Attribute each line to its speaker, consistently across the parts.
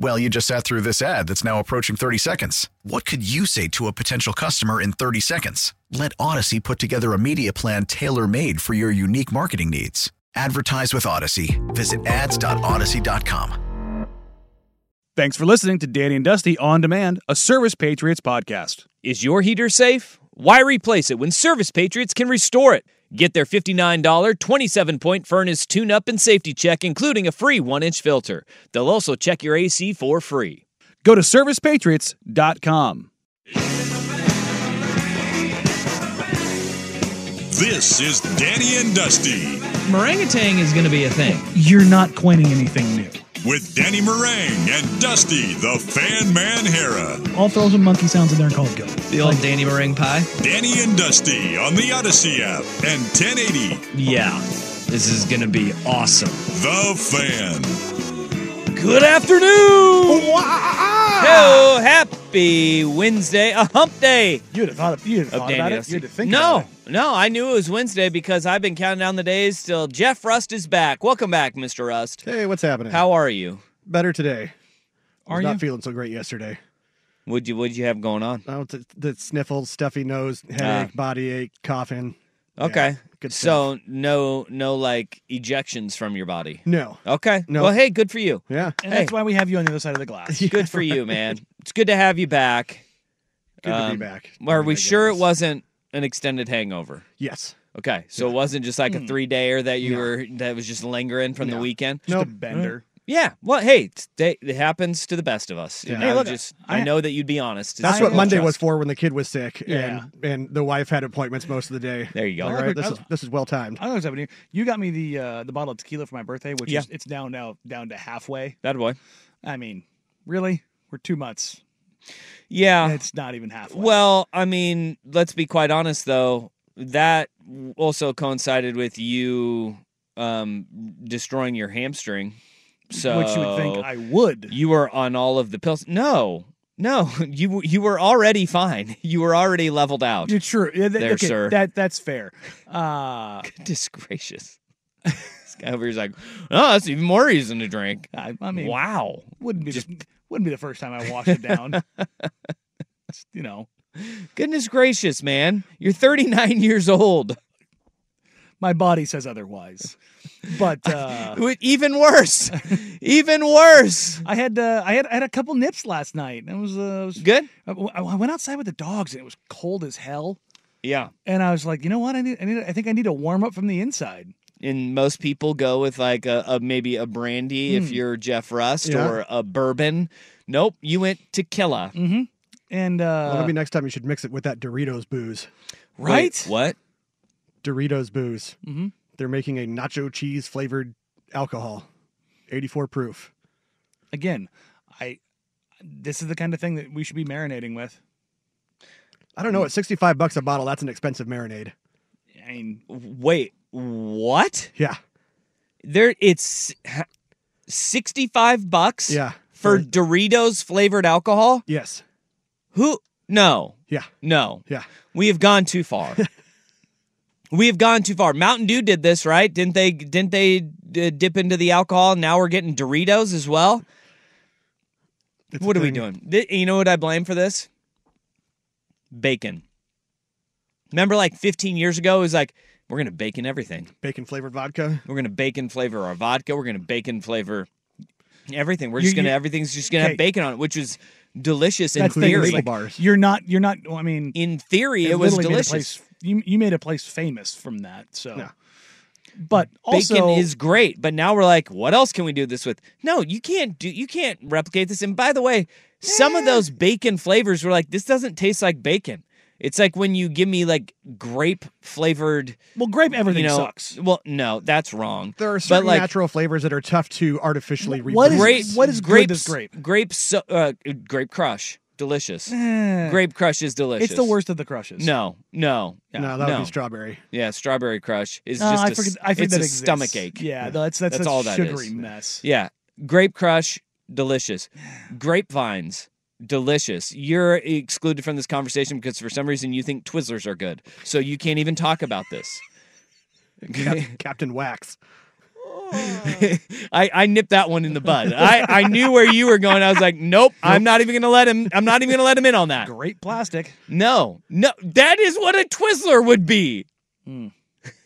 Speaker 1: Well, you just sat through this ad that's now approaching 30 seconds. What could you say to a potential customer in 30 seconds? Let Odyssey put together a media plan tailor made for your unique marketing needs. Advertise with Odyssey. Visit ads.odyssey.com.
Speaker 2: Thanks for listening to Danny and Dusty On Demand, a Service Patriots podcast.
Speaker 3: Is your heater safe? Why replace it when Service Patriots can restore it? Get their $59 27 point furnace tune up and safety check, including a free 1 inch filter. They'll also check your AC for free.
Speaker 2: Go to servicepatriots.com.
Speaker 4: This is Danny and Dusty
Speaker 3: Meringatang is going to be a thing.
Speaker 5: You're not coining anything new.
Speaker 4: with Danny Meringue and Dusty the Fan Man Hera.
Speaker 5: All throws and monkey sounds in there and call it good.
Speaker 3: The old Danny Meringue pie?
Speaker 4: Danny and Dusty on the Odyssey app and 1080
Speaker 3: Yeah. This is going to be awesome.
Speaker 4: The Fan.
Speaker 3: Good afternoon! Hello, happy Wednesday, a hump day.
Speaker 5: You'd have thought, you'd have
Speaker 3: of
Speaker 5: thought
Speaker 3: Danny
Speaker 5: about it.
Speaker 3: Dusty.
Speaker 5: You'd have think
Speaker 3: no,
Speaker 5: about it.
Speaker 3: no, I knew it was Wednesday because I've been counting down the days till Jeff Rust is back. Welcome back, Mr. Rust.
Speaker 6: Hey, what's happening?
Speaker 3: How are you?
Speaker 6: better today?
Speaker 5: Are
Speaker 6: was
Speaker 5: you?
Speaker 6: not feeling so great yesterday?
Speaker 3: What'd you What'd you have going on?
Speaker 6: Oh, the, the sniffles, stuffy nose, headache,
Speaker 3: Ah.
Speaker 6: body ache, coughing.
Speaker 3: Okay,
Speaker 6: good
Speaker 3: So no, no, like ejections from your body.
Speaker 6: No.
Speaker 3: Okay.
Speaker 6: No.
Speaker 3: Well, hey, good for you.
Speaker 6: Yeah.
Speaker 5: And
Speaker 3: Hey.
Speaker 5: that's why we have you on the other side of the glass.
Speaker 3: Good for you, man. It's good to have you back.
Speaker 6: Good to
Speaker 3: Um,
Speaker 6: be back.
Speaker 3: Are we
Speaker 6: I
Speaker 3: sure it
Speaker 6: guess.
Speaker 3: wasn't an extended hangover?
Speaker 6: Yes.
Speaker 3: Okay, so it wasn't just
Speaker 6: Hmm.
Speaker 3: like a three dayer that you were that was just lingering from the
Speaker 6: No.
Speaker 3: weekend.
Speaker 5: Just a
Speaker 6: Nope.
Speaker 5: bender.
Speaker 3: Yeah. Well, hey, it's- they, it happens to the best of us. You
Speaker 6: Yeah.
Speaker 3: know,
Speaker 5: Hey, look,
Speaker 3: just I,
Speaker 5: I-
Speaker 3: know that you'd be honest. It's
Speaker 6: That's
Speaker 5: I
Speaker 6: what
Speaker 5: will
Speaker 6: Monday
Speaker 5: trust-
Speaker 6: was for when the kid was sick
Speaker 5: Yeah.
Speaker 6: and and the wife had appointments most of the day.
Speaker 3: There you go.
Speaker 6: All
Speaker 5: I'll
Speaker 6: right.
Speaker 5: never-
Speaker 6: This is
Speaker 5: I'll-
Speaker 6: this is well timed.
Speaker 3: Uh,
Speaker 5: I know what's happening. here. You got me the uh, the bottle of tequila for my birthday, which
Speaker 3: Yeah.
Speaker 5: is it's down now down to halfway.
Speaker 3: that boy.
Speaker 5: I mean, really, we're two months.
Speaker 3: Yeah.
Speaker 5: It's not even halfway.
Speaker 3: Well, I mean, let's be quite honest though. That also coincided with you um, destroying your hamstring. So
Speaker 5: which you would think I would.
Speaker 3: you were on all of the pills. No, no, you you were already fine. You were already leveled out.
Speaker 5: You're true. Yeah, that-
Speaker 3: There,
Speaker 5: okay,
Speaker 3: sir.
Speaker 5: That that's fair. Uh,
Speaker 3: Goodness gracious. this guy over here's like, oh, that's even more reason to drink.
Speaker 5: I, I mean,
Speaker 3: wow.
Speaker 5: wouldn't be the, wouldn't be the first time I washed it down. It's, you know,
Speaker 3: Goodness gracious, man. You're 39 years old.
Speaker 5: my body says otherwise, but uh,
Speaker 3: Wait, Even worse. Even worse.
Speaker 5: I had uh, I had I had a couple nips last night. and It was, uh, it was
Speaker 3: Good?
Speaker 5: I, I went outside with the dogs and it was cold as hell.
Speaker 3: Yeah.
Speaker 5: And I was like, you know what? I need I need I think I need to warm up from the inside.
Speaker 3: And most people go with like a, a maybe a brandy if you're Jeff Rust
Speaker 6: Hmm. Yeah.
Speaker 3: or a bourbon. Nope, you went tequila.
Speaker 5: And
Speaker 6: well,
Speaker 5: uh,
Speaker 6: maybe next time you should mix it with that Doritos booze.
Speaker 5: right?
Speaker 3: Wait, what?
Speaker 6: Doritos booze.
Speaker 3: Mm-hmm.
Speaker 5: Mhm.
Speaker 6: They're making a nacho cheese flavored alcohol, 84 proof.
Speaker 5: again, I this is the kind of thing that we should be marinating with.
Speaker 6: I don't know. At 65 bucks a bottle, that's an expensive marinade.
Speaker 5: I mean,
Speaker 3: Wait, what?
Speaker 6: Yeah.
Speaker 3: There it's h- 65 bucks
Speaker 6: Yeah.
Speaker 3: for Doritos flavored alcohol?
Speaker 6: Yes.
Speaker 3: Who no.
Speaker 6: Yeah.
Speaker 3: No.
Speaker 6: Yeah.
Speaker 3: We have gone too far. we have gone too far. Mountain Dew did this, right? Didn't they? Didn't they d- dip into the alcohol? Now we're getting Doritos as well.
Speaker 6: It's a
Speaker 3: what are we
Speaker 6: thing.
Speaker 3: doing? Th- you know what I blame for this? Bacon. Remember, like 15 years ago, it was like we're gonna bacon everything.
Speaker 6: Bacon flavored vodka.
Speaker 3: We're gonna bacon flavor our vodka. We're gonna bacon flavor everything. We're
Speaker 5: You-
Speaker 3: just gonna
Speaker 5: you-
Speaker 3: everything's just gonna
Speaker 5: Okay.
Speaker 3: have bacon on it, which is delicious in
Speaker 5: that's the
Speaker 6: Including
Speaker 3: theory.
Speaker 6: Maple
Speaker 5: like,
Speaker 6: bars.
Speaker 5: You're not. You're not. well, I mean,
Speaker 3: in theory, it was
Speaker 5: literally made the
Speaker 3: delicious.
Speaker 5: place you you made a place famous from that. So,
Speaker 6: Yeah.
Speaker 5: but also
Speaker 3: Bacon is great, but now we're like, what else can we do this with? No, you can't do you can't replicate this. And by the way, some of those bacon flavors were like, this doesn't taste like bacon. It's like when you give me like grape flavored,
Speaker 5: well, grape everything
Speaker 3: you know.
Speaker 5: sucks.
Speaker 3: Well, no, that's wrong.
Speaker 6: There are
Speaker 3: But,
Speaker 6: certain
Speaker 3: like,
Speaker 6: natural flavors that are tough to artificially reproduce.
Speaker 5: What is-
Speaker 3: grape,
Speaker 5: what is good
Speaker 3: grapes,
Speaker 5: with grape?
Speaker 3: Grape, so, uh, grape crush, delicious.
Speaker 5: Eh,
Speaker 3: grape crush is delicious.
Speaker 5: It's the worst of the crushes.
Speaker 3: No, no,
Speaker 6: No, that would be strawberry.
Speaker 3: Yeah, strawberry crush is
Speaker 5: Uh,
Speaker 3: just
Speaker 5: I
Speaker 3: a s-
Speaker 5: forget. I think
Speaker 3: it's
Speaker 5: that
Speaker 3: a
Speaker 5: exists.
Speaker 3: stomach ache.
Speaker 5: Yeah, that's that's,
Speaker 3: That's
Speaker 5: a
Speaker 3: all that
Speaker 5: sugary
Speaker 3: is.
Speaker 5: mess.
Speaker 3: Yeah. Grape crush, delicious. Grapevines, delicious. You're excluded from this conversation because for some reason you think Twizzlers are good. So you can't even talk about this.
Speaker 6: Cap- Captain Wax.
Speaker 3: I, I nipped that one in the bud. I, I knew where you were going. I was like, nope, I'm not even gonna let him I'm not even gonna let him in on that.
Speaker 5: Grape plastic.
Speaker 3: No. No that is what a Twizzler would be.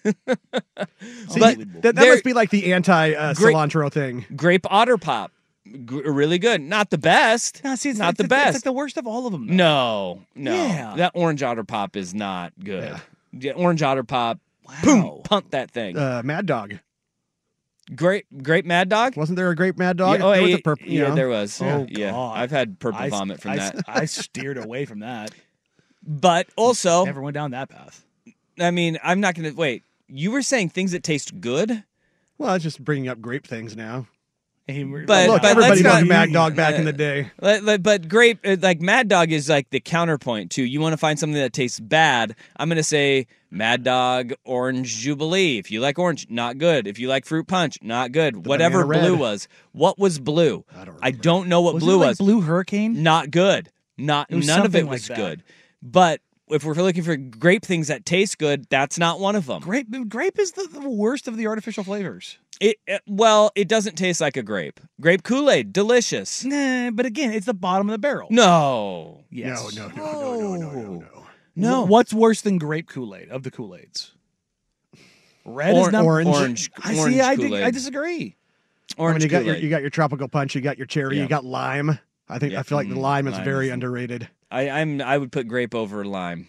Speaker 6: See,
Speaker 3: But
Speaker 6: that, that
Speaker 3: there-
Speaker 6: must be like the anti uh,
Speaker 3: Grape-
Speaker 6: cilantro thing.
Speaker 3: Grape otter pop. G- really good. Not the best.
Speaker 5: No, see, it's
Speaker 3: not
Speaker 5: it's
Speaker 3: the best.
Speaker 5: It's like the worst of all of them. though.
Speaker 3: No, no.
Speaker 5: Yeah.
Speaker 3: That orange otter pop is not good.
Speaker 6: Yeah.
Speaker 3: Yeah, orange otter pop.
Speaker 5: Wow.
Speaker 3: Boom, punt that thing.
Speaker 6: Uh, Mad Dog.
Speaker 3: great, great Mad Dog.
Speaker 6: Wasn't there a grape Mad Dog?
Speaker 3: Yeah, oh,
Speaker 6: there was
Speaker 3: yeah,
Speaker 6: a purple.
Speaker 3: yeah, there was.
Speaker 5: Oh,
Speaker 3: yeah,
Speaker 5: God.
Speaker 3: I've had purple
Speaker 5: I-
Speaker 3: vomit from
Speaker 5: I-
Speaker 3: that.
Speaker 5: I steered away from that.
Speaker 3: But also,
Speaker 5: Never went down that path.
Speaker 3: I mean, I'm not gonna wait. You were saying things that taste good.
Speaker 6: Well, it's just bringing up grape things now.
Speaker 5: Hey, we're-
Speaker 3: But-
Speaker 6: Look,
Speaker 3: but
Speaker 6: everybody
Speaker 3: let's not-
Speaker 6: loved Mad Dog back in
Speaker 3: Uh,
Speaker 6: the day.
Speaker 3: Like- like- But grape, uh, like Mad Dog, is like the counterpoint to. You want to find something that tastes bad. I'm gonna say Mad Dog Orange Jubilee. If you like orange, not good. If you like fruit punch, not good. Whatever
Speaker 6: banana
Speaker 3: blue
Speaker 6: red.
Speaker 3: was, what was blue? I don't, know what
Speaker 5: was
Speaker 3: blue
Speaker 5: it like
Speaker 3: was.
Speaker 5: Blue Hurricane.
Speaker 3: Not good. Not
Speaker 5: It was
Speaker 3: none of
Speaker 5: something
Speaker 3: it
Speaker 5: like
Speaker 3: was
Speaker 5: that.
Speaker 3: good. But if we're looking for grape things that taste good, that's not one of them.
Speaker 5: Grape. Grape is the, the worst of the artificial flavors.
Speaker 3: It, it- well, it doesn't taste like a grape. Grape Kool Aid, delicious.
Speaker 5: Nah, but again, it's the bottom of the barrel.
Speaker 3: No.
Speaker 5: Yes.
Speaker 6: No, no, no, no, no, no, no, no.
Speaker 3: No.
Speaker 5: Wh- What's worse than grape Kool Aid of the Kool Aids? Red
Speaker 3: Or-
Speaker 5: is not
Speaker 6: orange.
Speaker 3: Orange.
Speaker 5: I see.
Speaker 3: orange
Speaker 5: I, dig-
Speaker 3: Kool-Aid.
Speaker 5: I disagree.
Speaker 6: I mean,
Speaker 3: Orange
Speaker 6: you got
Speaker 3: Kool-Aid.
Speaker 6: your you got your tropical punch, you got your cherry,
Speaker 3: Yeah.
Speaker 6: you got lime. I think
Speaker 3: Yeah,
Speaker 6: I feel like the
Speaker 3: mm,
Speaker 6: lime is
Speaker 3: lime
Speaker 6: very
Speaker 3: is-
Speaker 6: underrated.
Speaker 3: I, I'm I would put grape over lime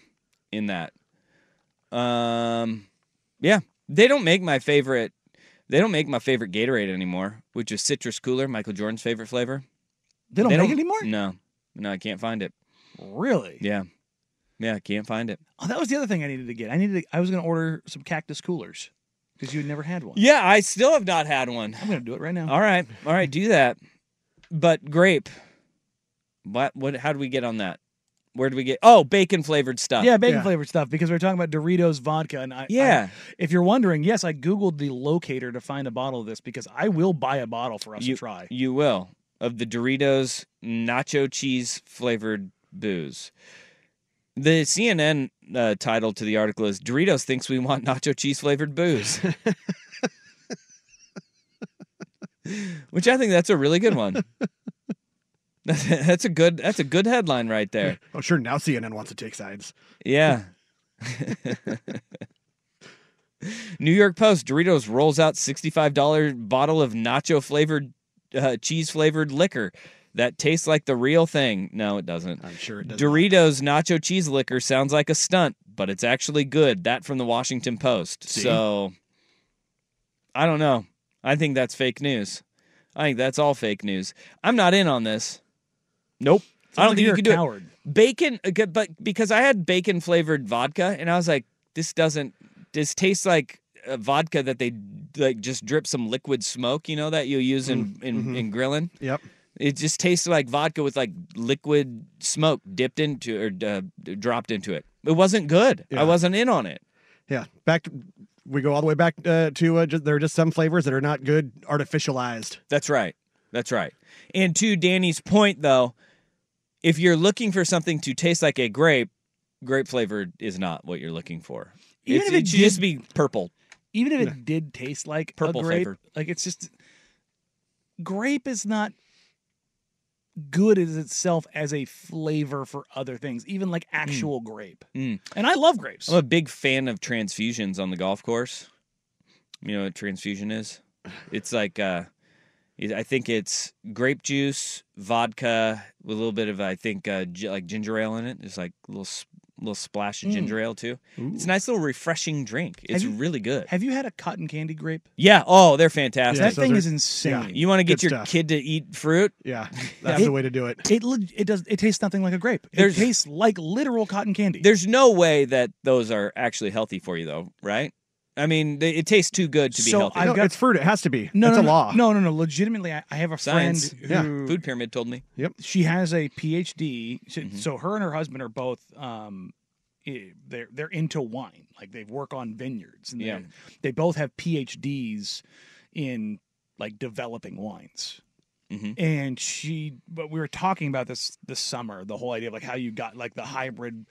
Speaker 3: in that. Um, yeah, they don't make my favorite. They don't make my favorite Gatorade anymore, which is citrus cooler, Michael Jordan's favorite flavor.
Speaker 5: They don't make it anymore.
Speaker 3: No, no, I can't find it.
Speaker 5: Really?
Speaker 3: Mm. Yeah, yeah, I can't find it.
Speaker 5: Oh, that was the other thing I needed to get. I needed. To, I was going to order some cactus coolers because you had never had one.
Speaker 3: Yeah, I still have not had one.
Speaker 5: I'm going to do it right now.
Speaker 3: All right, all right, do that. But grape. What? What? How do we get on that? Where do we get? Oh, bacon flavored stuff.
Speaker 5: Yeah, bacon
Speaker 6: Yeah.
Speaker 5: flavored stuff because we are talking about Doritos vodka and I
Speaker 3: Yeah.
Speaker 5: I- if you're wondering, yes, I googled the locator to find a bottle of this because I will buy a bottle for us
Speaker 3: you
Speaker 5: to try.
Speaker 3: You will of the Doritos nacho cheese flavored booze. The CNN uh, title to the article is Doritos thinks we want nacho cheese flavored booze. Which I think that's a really good one. That's a good that's a good headline right there.
Speaker 6: Oh, sure. Now CNN wants to take sides.
Speaker 3: Yeah. New York Post Doritos rolls out $65 bottle of nacho flavored, uh, cheese flavored liquor that tastes like the real thing. No, it doesn't.
Speaker 6: I'm sure it does.
Speaker 3: Doritos nacho cheese liquor sounds like a stunt, but it's actually good. That from the Washington Post. So I don't know. I think that's fake news. I think that's all fake news. I'm not in on this. Nope. I
Speaker 5: Sounds
Speaker 3: don't
Speaker 5: like
Speaker 3: think you
Speaker 5: you're
Speaker 3: can
Speaker 5: a
Speaker 3: do it
Speaker 5: coward.
Speaker 3: bacon okay, but because i had bacon flavored vodka and i was like this doesn't this tastes like a vodka that they like just drip some liquid smoke you know that you use in
Speaker 5: Mm,
Speaker 3: in,
Speaker 5: mm-hmm.
Speaker 3: in grilling
Speaker 6: Yep.
Speaker 3: it just tasted like vodka with like liquid smoke dipped into or uh, dropped into it it wasn't good i
Speaker 6: Yeah.
Speaker 3: wasn't in on it
Speaker 6: Yeah. Back. To, we go all the way back uh, to uh, just, there are just some flavors that are not good artificialized.
Speaker 3: That's right. That's right. And to Danny's point, though, if you're looking for something to taste like a grape, grape flavored is not what you're looking for.
Speaker 5: Even
Speaker 3: It's-
Speaker 5: if it
Speaker 3: should just
Speaker 5: did-
Speaker 3: be purple.
Speaker 5: Even if it did taste like
Speaker 3: Purple
Speaker 5: a grape,
Speaker 3: flavored.
Speaker 5: like it's just grape is not good as itself as a flavor for other things, even like
Speaker 6: Hmm.
Speaker 5: actual grape.
Speaker 3: Mm.
Speaker 5: And I love grapes.
Speaker 3: I'm a big fan of transfusions on the golf course. You know what transfusion is? It's like uh it- I think it's grape juice, vodka with a little bit of I think uh, gi- like ginger ale in it. It's like a little s- little splash of ginger ale too. It's a nice little refreshing drink. It's
Speaker 5: you-
Speaker 3: really good.
Speaker 5: Mm. Have you had a cotton candy grape?
Speaker 3: yeah. Oh, they're fantastic.
Speaker 5: that
Speaker 6: so
Speaker 5: thing
Speaker 6: they're-
Speaker 5: is insane.
Speaker 3: you want to get
Speaker 6: Good
Speaker 3: your
Speaker 6: stuff.
Speaker 3: kid to eat fruit?
Speaker 6: Yeah, that's the way to do it.
Speaker 5: It leg- it does it tastes nothing like a grape. It
Speaker 3: There's-
Speaker 5: tastes like literal cotton candy.
Speaker 3: There's no way that those are actually healthy for you, though, right? I mean, they, it tastes too good to be
Speaker 5: So
Speaker 3: healthy.
Speaker 5: I've
Speaker 6: no,
Speaker 5: got-
Speaker 6: it's fruit. It has to be.
Speaker 5: no,
Speaker 6: it's
Speaker 5: no,
Speaker 6: a
Speaker 5: no,
Speaker 6: law.
Speaker 5: No, no, no. Legitimately, I, I have a
Speaker 3: Science.
Speaker 5: friend
Speaker 6: Yeah.
Speaker 5: who
Speaker 3: Food pyramid told me.
Speaker 5: she has a PhD. So,
Speaker 3: Mhm.
Speaker 5: so her and her husband are both um, i- they're they're into wine. Like they work on vineyards, and
Speaker 3: Yeah.
Speaker 5: they're- they both have PhDs in like developing wines.
Speaker 3: Mhm.
Speaker 5: And she, but we were talking about this this summer. The whole idea of like how you got like the hybrid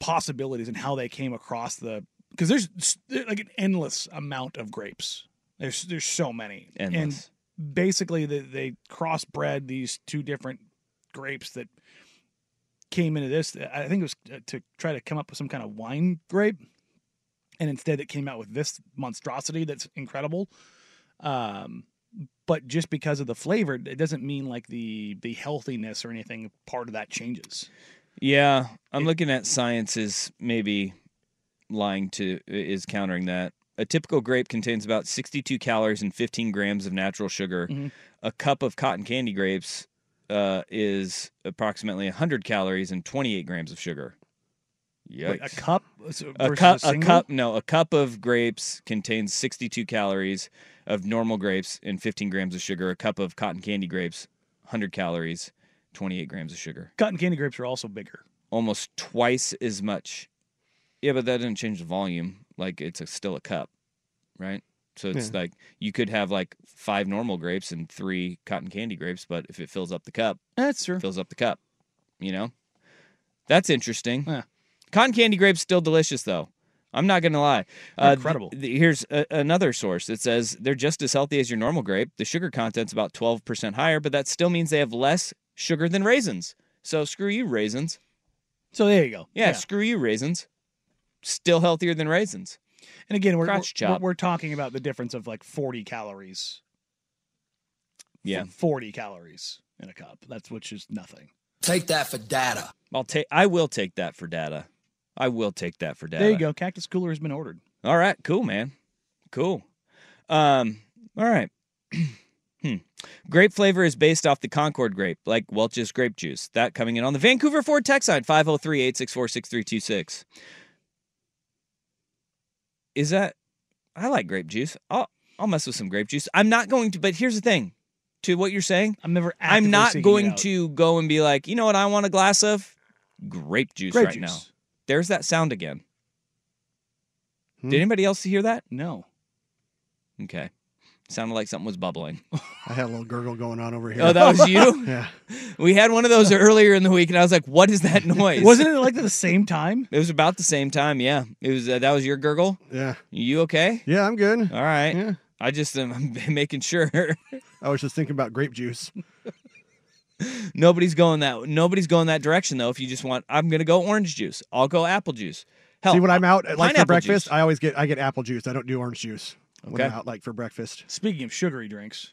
Speaker 5: possibilities and how they came across the because there's s- there- like an endless amount of grapes. There's there's so many And
Speaker 3: Endless.
Speaker 5: basically they, they crossbred these two different grapes that came into this. I think it was uh, to try to come up with some kind of wine grape, and instead it came out with this monstrosity that's incredible. Um, but just because of the flavor, it doesn't mean like the the healthiness or anything. Part of that changes.
Speaker 3: yeah, I'm looking at science is maybe lying to is countering that. A typical grape contains about 62 calories and 15 grams of natural sugar.
Speaker 5: Mhm.
Speaker 3: A cup of cotton candy grapes uh, is approximately 100 calories and 28 grams of sugar. Yikes.
Speaker 5: Wait, a cup, so
Speaker 3: a
Speaker 5: versus
Speaker 3: cup a,
Speaker 5: single?
Speaker 3: cup no a cup of grapes contains 62 calories of normal grapes and 15 grams of sugar a cup of cotton candy grapes 100 calories 28 grams of sugar
Speaker 5: Cotton candy grapes are also bigger.
Speaker 3: almost twice as much yeah but that doesn't change the volume like it's a, still a cup right so it's like you could have like five normal grapes and three cotton candy grapes but if it fills up the cup
Speaker 5: That's true.
Speaker 3: fills up the cup. You know, that's interesting.
Speaker 5: Yeah.
Speaker 3: Cotton candy grapes still delicious though. I'm not gonna lie. Uh, th-
Speaker 5: Incredible.
Speaker 3: th- here's a, another source that says they're just as healthy as your normal grape. The sugar content's about 12 percent higher, but that still means they have less sugar than raisins. So screw you, raisins.
Speaker 5: So there you go.
Speaker 3: Yeah, screw you, raisins. Still healthier than raisins.
Speaker 5: And again, we're,
Speaker 3: Crotch
Speaker 5: we're,
Speaker 3: chop.
Speaker 5: we're talking about the difference of like 40 calories.
Speaker 3: Yeah.
Speaker 5: 40 calories in a cup. That's which is nothing.
Speaker 7: Take that for data.
Speaker 3: I'll take. I will take that for data. I will take that for data.
Speaker 5: There you go. Cactus cooler has been ordered.
Speaker 3: All right, cool, man. Cool. Um, all right. hmm. Grape flavor is based off the Concord grape, like Welch's grape juice. That coming in on the Vancouver Ford tech side, 503 864 6326. Is that. I like grape juice. I'll, I'll mess with some grape juice. I'm not going to, but here's the thing to what you're saying,
Speaker 5: I'm never.
Speaker 3: I'm
Speaker 5: actively
Speaker 3: not
Speaker 5: seeking it
Speaker 3: going
Speaker 5: out.
Speaker 3: to go and be like, you know what I want a glass of? Grape juice
Speaker 5: grape
Speaker 3: right
Speaker 5: juice.
Speaker 3: now. There's that sound again. Did anybody else hear that?
Speaker 5: Hmm. No.
Speaker 3: Okay. Sounded like something was bubbling.
Speaker 6: I had a little gurgle going on over here.
Speaker 3: Oh, that was you?
Speaker 6: yeah,
Speaker 3: We had one of those earlier in the week, and I was like, what is that noise?
Speaker 5: Wasn't it like at the same time?
Speaker 3: It was about the same time, yeah. It was uh, that was your gurgle.
Speaker 6: yeah,
Speaker 3: You okay?
Speaker 6: yeah. I'm good.
Speaker 3: All right.
Speaker 6: Yeah,
Speaker 3: I just am making sure
Speaker 6: I was just thinking about grape juice.
Speaker 3: nobody's going that nobody's going that direction though. If you just want, I'm gonna go orange juice. I'll go apple juice. Hell, uh,
Speaker 6: See, when I'm out, like
Speaker 3: pineapple
Speaker 6: for breakfast,
Speaker 3: juice.
Speaker 6: I always get I get apple juice. I don't do orange juice when
Speaker 3: Okay.
Speaker 6: I'm out, like for breakfast.
Speaker 5: Speaking of sugary drinks,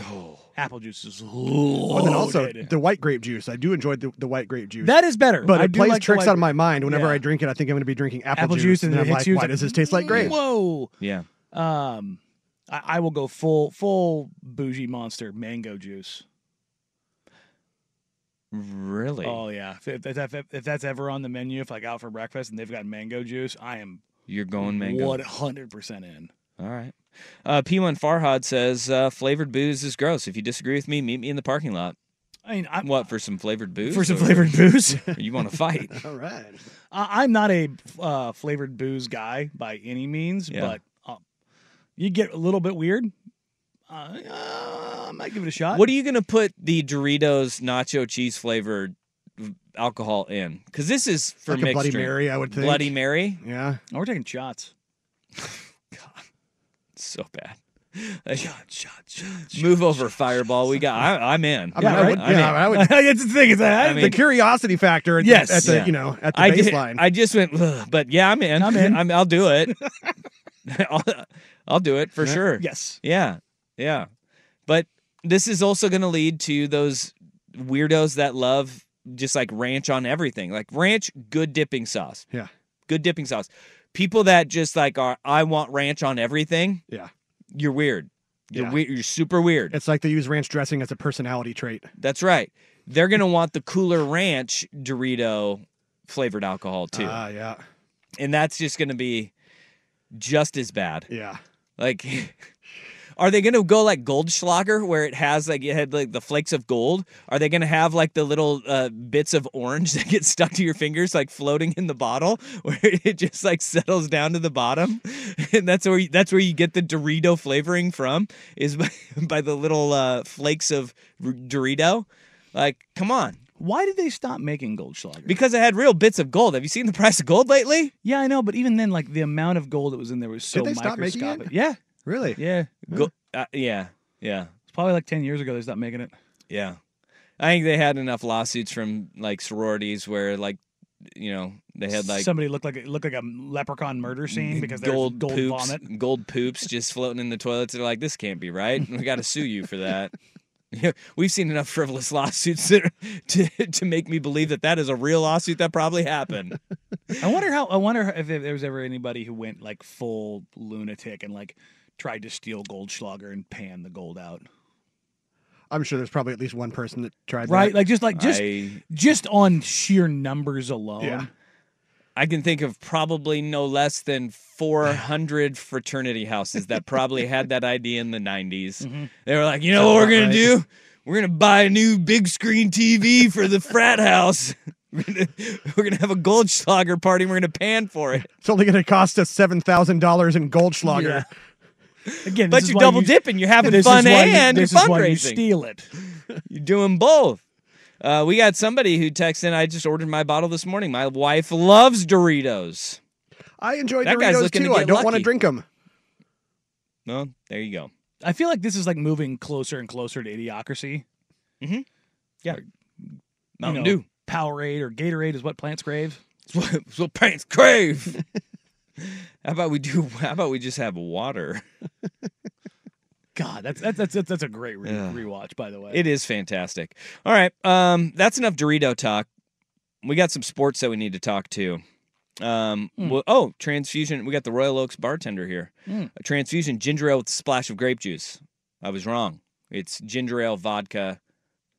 Speaker 3: Oh,
Speaker 5: apple juice is
Speaker 6: But
Speaker 5: loaded.
Speaker 6: then also the white grape juice. I do enjoy the, the white grape juice.
Speaker 5: Oh, that is better.
Speaker 6: but
Speaker 5: I
Speaker 6: it
Speaker 5: do
Speaker 6: plays
Speaker 5: like the
Speaker 6: tricks
Speaker 5: white
Speaker 6: on my mind. Whenever
Speaker 5: Yeah.
Speaker 6: I drink it, I think I'm going to be drinking apple,
Speaker 5: apple juice, and,
Speaker 6: and
Speaker 5: it
Speaker 6: I'm
Speaker 5: hits
Speaker 6: like,
Speaker 5: you.
Speaker 6: why
Speaker 5: it's
Speaker 6: does
Speaker 5: like,
Speaker 6: this taste like grape?
Speaker 5: Whoa.
Speaker 3: yeah.
Speaker 5: Um, I, I will go full full bougie monster mango juice.
Speaker 3: Really?
Speaker 5: Oh yeah, if, if, if, if, if that's ever on the menu, if like out for breakfast and they've got mango juice, I am
Speaker 3: You're going mango.
Speaker 5: one hundred percent in.
Speaker 3: All right. Uh, P1 Farhad says uh, flavored booze is gross. If you disagree with me, meet me in the parking lot.
Speaker 5: I mean, I'm
Speaker 3: What for some flavored booze?
Speaker 5: for some
Speaker 3: or-
Speaker 5: flavored booze.
Speaker 3: or You want to fight?
Speaker 6: All right.
Speaker 5: I- I'm not a uh, flavored booze guy by any means,
Speaker 3: Yeah.
Speaker 5: but uh, you get a little bit weird. Uh, uh, I might give it a shot.
Speaker 3: What are you going to put the Doritos nacho cheese flavored alcohol in? Because this is for
Speaker 6: like a
Speaker 3: mixed
Speaker 6: Bloody
Speaker 3: drink.
Speaker 6: Mary, I would think.
Speaker 3: Bloody Mary,
Speaker 6: Yeah.
Speaker 5: Oh, we're taking shots.
Speaker 3: so bad. shot, shot, shot. Move over, Fireball. We got. I, I'm in.
Speaker 6: I mean, I
Speaker 5: right?
Speaker 6: would.
Speaker 3: I mean-
Speaker 6: Yeah, I would.
Speaker 5: That's the thing is that I,
Speaker 3: I mean-
Speaker 6: the curiosity factor. At the-
Speaker 5: Yes.
Speaker 6: At the
Speaker 3: Yeah.
Speaker 6: you know at the
Speaker 3: I did,
Speaker 6: baseline.
Speaker 3: I just went, "Ugh," but yeah, I'm in.
Speaker 5: I'm in.
Speaker 3: I'm, I'll do it. I'll, I'll do it for sure.
Speaker 5: yes,
Speaker 3: Yeah. Yeah. But this is also going to lead to those weirdos that love just like ranch on everything. Like ranch, good dipping sauce.
Speaker 6: Yeah.
Speaker 3: Good dipping sauce. People that just like are I want ranch on everything,
Speaker 6: Yeah.
Speaker 3: you're weird. You're
Speaker 6: Yeah.
Speaker 3: weird. You're super weird.
Speaker 6: It's like they use ranch dressing as a personality trait.
Speaker 3: That's right. They're gonna want the cooler ranch Dorito flavored alcohol too.
Speaker 6: Ah, yeah.
Speaker 3: and that's just gonna be just as bad.
Speaker 6: Yeah.
Speaker 3: Like, are they going to go like Goldschlager, where it has like it had like the flakes of gold? Are they going to have like the little uh, bits of orange that get stuck to your fingers, like floating in the bottle, where it just like settles down to the bottom, and that's where you, that's where you get the Dorito flavoring from is by, by the little uh, flakes of r- Dorito. Like, come on.
Speaker 5: Why did they stop making Goldschlager?
Speaker 3: Because it had real bits of gold. Have you seen the price of gold lately?
Speaker 5: yeah, I know, but even then, like the amount of gold that was in there was so
Speaker 6: Did they stop making it?
Speaker 5: microscopic. Yeah,
Speaker 6: Really?
Speaker 5: yeah,
Speaker 3: Go- uh, yeah, yeah.
Speaker 5: it's probably like ten years ago they stopped making it.
Speaker 3: Yeah. I think they had enough lawsuits from like sororities where like you know, they had like
Speaker 5: somebody looked like it looked like a leprechaun murder scene because there's
Speaker 3: gold,
Speaker 5: gold, gold
Speaker 3: poops,
Speaker 5: vomit.
Speaker 3: gold poops just floating in the toilets. They're like, this can't be right. We got to sue you for that. Yeah, We've seen enough frivolous lawsuits that, to to make me believe that that is a real lawsuit that probably happened.
Speaker 5: I wonder how. I wonder if there was ever anybody who went like full lunatic and like tried to steal Goldschlager and pan the gold out.
Speaker 6: I'm sure there's probably at least one person that tried
Speaker 5: Right?
Speaker 6: that.
Speaker 5: Like just like just
Speaker 3: I
Speaker 5: just on sheer numbers alone.
Speaker 6: Yeah.
Speaker 3: I can think of probably no less than 400 fraternity houses that probably had that idea in the 90s.
Speaker 5: Mm-hmm.
Speaker 3: They were like, you know what we're going
Speaker 6: Right.
Speaker 3: to do? We're going to buy a new big screen TV for the frat house. we're going to have a Goldschlager party. and We're going to pan for it.
Speaker 6: It's only going to cost us $7,000 in Goldschlager.
Speaker 5: Yeah. Again, this
Speaker 3: But
Speaker 5: is
Speaker 3: you're
Speaker 5: why
Speaker 3: double
Speaker 5: you-
Speaker 3: dipping. You're having
Speaker 5: this
Speaker 3: fun
Speaker 5: is why you-
Speaker 3: and
Speaker 5: this
Speaker 3: you're
Speaker 5: is why you
Speaker 3: fundraising.
Speaker 5: steal it.
Speaker 3: You're doing both. Uh, we got somebody who texted in, I just ordered my bottle this morning. My wife loves Doritos.
Speaker 6: I enjoy
Speaker 3: That guy's
Speaker 6: Doritos
Speaker 3: looking to
Speaker 6: too. I
Speaker 3: get
Speaker 6: don't want to
Speaker 3: lucky.
Speaker 6: drink them.
Speaker 3: Well, there you go.
Speaker 5: I feel like this is like moving closer and closer to idiocracy.
Speaker 3: Mhm. Yeah.
Speaker 5: Like,
Speaker 3: Mountain
Speaker 5: you know,
Speaker 3: Dew.
Speaker 5: Powerade or Gatorade is what plants crave.
Speaker 3: It's what, it's what parents crave. how about we do? How about we just have water?
Speaker 5: God, that's that's that's that's, that's a great re-
Speaker 3: Yeah.
Speaker 5: rewatch, by the way.
Speaker 3: It is fantastic. All right, um, that's enough Dorito talk. We got some sports that we need to talk to. Um,
Speaker 5: Hmm.
Speaker 3: well, oh, transfusion. We got the Royal Oaks bartender here.
Speaker 5: Mm.
Speaker 3: A transfusion ginger ale with a splash of grape juice. I was wrong. It's ginger ale vodka,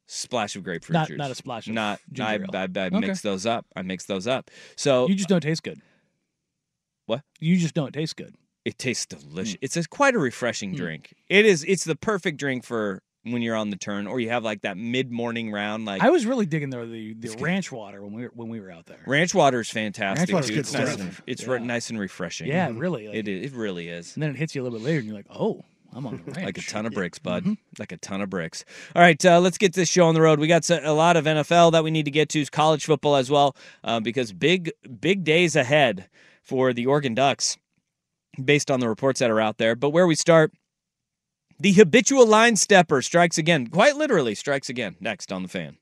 Speaker 3: splash of grapefruit
Speaker 5: not
Speaker 3: juice.
Speaker 5: not a splash. Of
Speaker 3: Not. I,
Speaker 5: ginger ale.
Speaker 3: I, I
Speaker 5: Okay.
Speaker 3: mixed those up. I mixed those up. So
Speaker 5: you just don't taste good.
Speaker 3: What?
Speaker 5: You just don't taste good.
Speaker 3: It tastes delicious. It's a, quite a refreshing drink. It is. It's the perfect drink for when you're on the turn or you have like that mid morning round. Like
Speaker 5: I was really digging though the the ranch water when we were when we were out there.
Speaker 3: ranch water is fantastic.
Speaker 6: Ranch water's
Speaker 3: too.
Speaker 6: good
Speaker 3: it's nice
Speaker 6: stuff.
Speaker 3: and, it's
Speaker 5: Yeah.
Speaker 3: re- nice and refreshing.
Speaker 5: yeah, really. like-
Speaker 3: it is. It really is.
Speaker 5: And then it hits you a little bit later, and you're like, oh, I'm on the ranch.
Speaker 3: Like a ton of bricks, bud. Like a ton of bricks. All right, uh, let's get this show on the road. We got s- a lot of NFL that we need to get to, college football as well, uh, because big, big days ahead for the Oregon Ducks, based on the reports that are out there. But where we start, the habitual line stepper strikes again, quite literally strikes again. Next on the fan.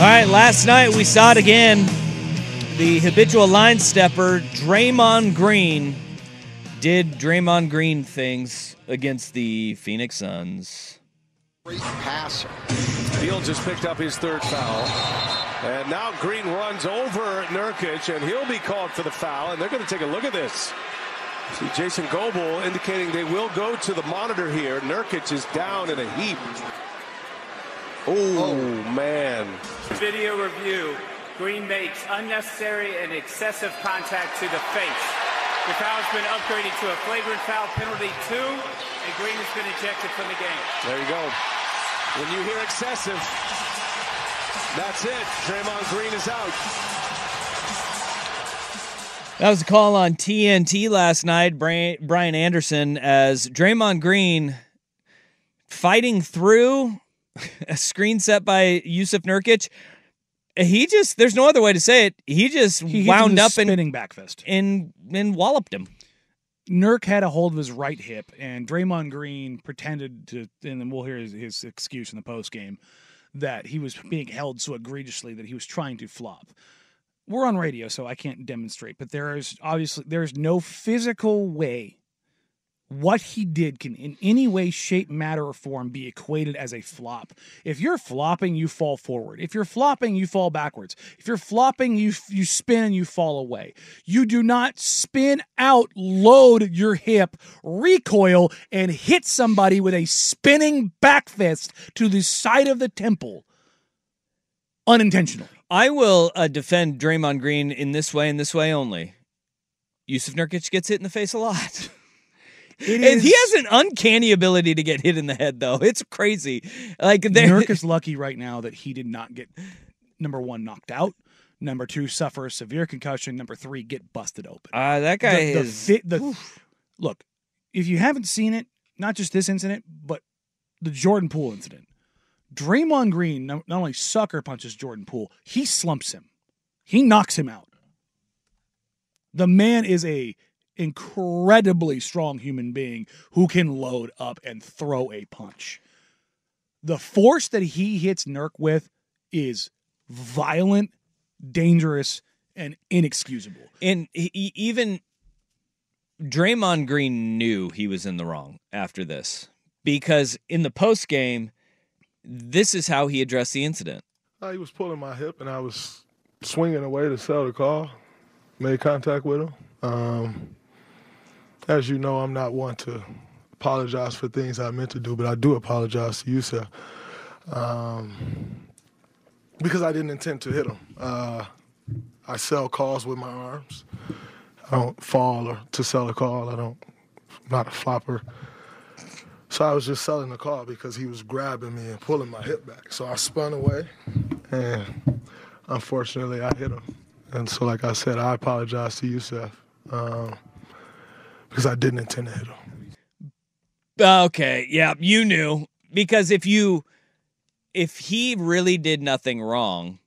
Speaker 3: All right, last night we saw it again. The habitual line stepper, Draymond Green, did Draymond Green things against the Phoenix Suns.
Speaker 8: Beal just picked up his third foul. And now Green runs over Nurkic, and he'll be called for the foul. And they're going to take a look at this. See Jason Goble indicating they will go to the monitor here. Nurkic is down in a heap. oh. man.
Speaker 9: Video review. Green makes unnecessary and excessive contact to the face. The foul's been upgraded to a flagrant foul penalty two, and Green has been ejected from the game.
Speaker 8: There you go. When you hear excessive, that's it. Draymond Green is out.
Speaker 3: That was a call on TNT last night. Bra- Brian Anderson as Draymond Green fighting through a screen set by Yusuf Nurkic. He just, there's no other way to say it. He just
Speaker 5: He hit him
Speaker 3: wound
Speaker 5: with a
Speaker 3: up and,
Speaker 5: spinning back fist.
Speaker 3: and and walloped him.
Speaker 5: Nurk had a hold of his right hip, and Draymond Green pretended to, and then we'll hear his, his excuse in the post game that he was being held so egregiously that he was trying to flop. We're on radio, so I can't demonstrate, but there is obviously there's no physical way what he did can in any way, shape, matter, or form be equated as a flop. If you're flopping, you fall forward. If you're flopping, you fall backwards. If you're flopping, you you spin and you fall away. You do not spin out, load your hip, recoil, and hit somebody with a spinning back fist to the side of the temple. Unintentional.
Speaker 3: I will uh, defend Draymond Green in this way and this way only. Yusuf Nurkic gets hit in the face a lot. and he has an uncanny ability to get hit in the head, though. It's crazy. Like there-
Speaker 5: Nurk is lucky right now that he did not get number one knocked out, number two suffer a severe concussion, number three get busted open.
Speaker 3: uh, that
Speaker 5: The-
Speaker 3: guy
Speaker 5: the
Speaker 3: is.
Speaker 5: fit- the- look, if you haven't seen it, not just this incident, but the Jordan Poole incident. Draymond Green no- not only sucker punches Jordan Poole, he slumps him. He knocks him out. The man is a incredibly strong human being who can load up and throw a punch. The force that he hits Nurk with is violent, dangerous, and inexcusable.
Speaker 3: and he, he- even Draymond Green knew he was in the wrong after this because in the post game, this is how he addressed the incident.
Speaker 10: Uh, he was pulling my hip, and I was swinging away to sell the call. Made contact with him. Um, as you know, I'm not one to apologize for things I meant to do, but I do apologize to you, sir, um, because I didn't intend to hit him. Uh, I sell calls with my arms. I don't fall or to sell a call. I don't. I'm not a flopper. So I was just selling the call because he was grabbing me and pulling my hip back. So I spun away, and unfortunately, I hit him. And so, like I said, I apologize to you, Seth, um, because I didn't intend to hit him.
Speaker 3: Okay, yeah, you knew because if you if he really did nothing wrong,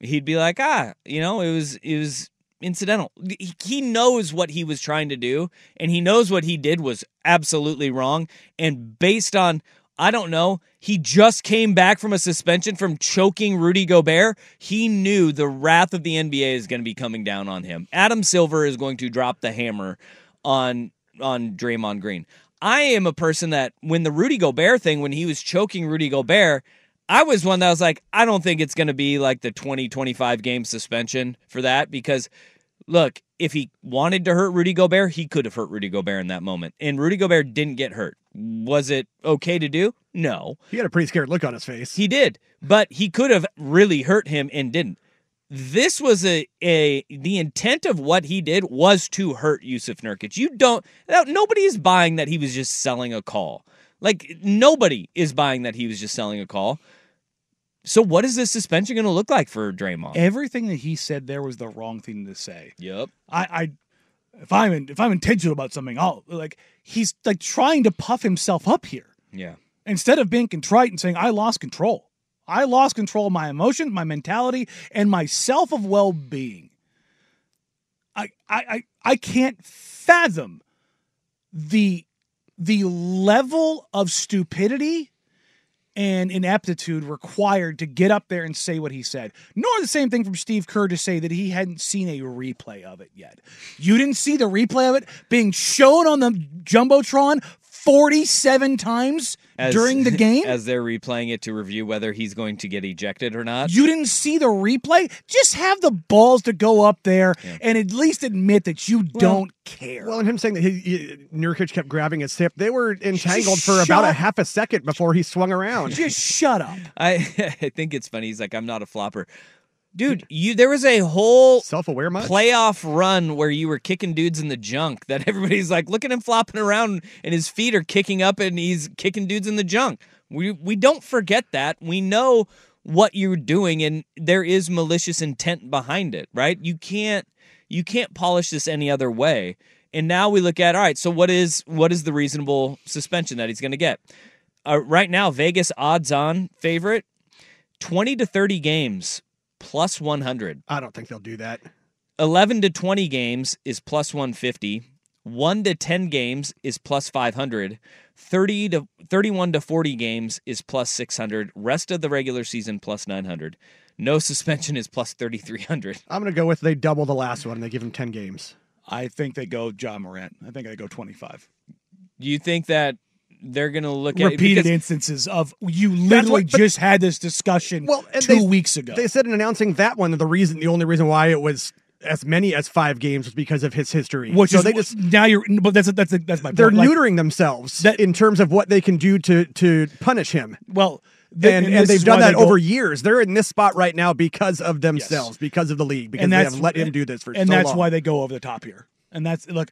Speaker 3: he'd be like, "Ah, you know, it was it was incidental." He- He knows what he was trying to do and he knows what he did was absolutely wrong and based on I don't know, he just came back from a suspension from choking Rudy Gobert. He knew the wrath of the NBA is going to be coming down on him. Adam Silver is going to drop the hammer on on Draymond Green. I am a person that when the Rudy Gobert thing, when he was choking Rudy Gobert, I was one that was like, I don't think it's going to be like the 20, 25 game suspension for that because look, if he wanted to hurt Rudy Gobert, he could have hurt Rudy Gobert in that moment. And Rudy Gobert didn't get hurt. Was it okay to do? No.
Speaker 6: He had a pretty scared look on his face.
Speaker 3: He did, but he could have really hurt him and didn't. This was a, a the intent of what he did was to hurt Yusuf Nurkic. You don't no- nobody is buying that he was just selling a call. Like nobody is buying that he was just selling a call. So what is this suspension going to look like for Draymond?
Speaker 5: Everything that he said there was the wrong thing to say.
Speaker 3: yep.
Speaker 5: I, I if I'm in, if I'm intentional about something, I'll like he's like trying to puff himself up here
Speaker 3: Yeah.
Speaker 5: instead of being contrite and saying I lost control. I lost control of my emotions, my mentality, and my self of well being. I, I I I can't fathom the the level of stupidity and ineptitude required to get up there and say what he said. Nor the same thing from Steve Kerr to say that he hadn't seen a replay of it yet. You didn't see the replay of it being shown on the Jumbotron 47 times
Speaker 3: As-
Speaker 5: during the game?
Speaker 3: as they're replaying it to review whether he's going to get ejected or not.
Speaker 5: You didn't see the replay? Just have the balls to go up there and at least admit that you don't care.
Speaker 6: Well, and him saying that he, he Nurkic kept grabbing his hip, they were entangled for about a
Speaker 5: shut-
Speaker 6: half a second before he swung around.
Speaker 5: Just shut up.
Speaker 3: I I think it's funny. He's like, I'm not a flopper. Dude, you there was a whole
Speaker 6: self-aware much?
Speaker 3: playoff run where you were kicking dudes in the junk that everybody's like, look at him flopping around and his feet are kicking up and he's kicking dudes in the junk. We we don't forget that. We know what you're doing and there is malicious intent behind it, right? You can't you can't polish this any other way. And now we look at all right, so what is what is the reasonable suspension that he's going to get? Uh, right now Vegas odds on favorite 20 to 30 games plus 100.
Speaker 6: I don't think they'll do that.
Speaker 3: 11 to 20 games is plus 150. 1 to 10 games is plus 500. 30 to 31 to 40 games is plus 600. Rest of the regular season plus 900. No suspension is plus 3300.
Speaker 6: I'm going to go with they double the last one. They give him 10 games.
Speaker 5: I think they go John Morant. I think they go 25.
Speaker 3: Do you think that they're going to look at
Speaker 5: Repeated
Speaker 3: because-
Speaker 5: instances of you literally
Speaker 6: what- but-
Speaker 5: just had this discussion
Speaker 6: Well, and
Speaker 5: two
Speaker 6: they-
Speaker 5: weeks ago.
Speaker 6: They said in announcing that one that the reason, the only reason why it was as many as five games was because of his history.
Speaker 5: which
Speaker 6: so
Speaker 5: is
Speaker 6: they
Speaker 5: wh-
Speaker 6: just
Speaker 5: now you're but that's that's that's my
Speaker 6: they're
Speaker 5: point. Like,
Speaker 6: neutering themselves in terms of what they can do to to punish him.
Speaker 5: well th-
Speaker 6: And, and,
Speaker 5: this
Speaker 6: they've
Speaker 5: is
Speaker 6: done
Speaker 5: why
Speaker 6: that
Speaker 5: they go-
Speaker 6: over years. They're in this spot right now because of themselves, because of the league, because they have let him do this for
Speaker 5: and
Speaker 6: so
Speaker 5: that's
Speaker 6: long.
Speaker 5: why they go over the top here. And that's look,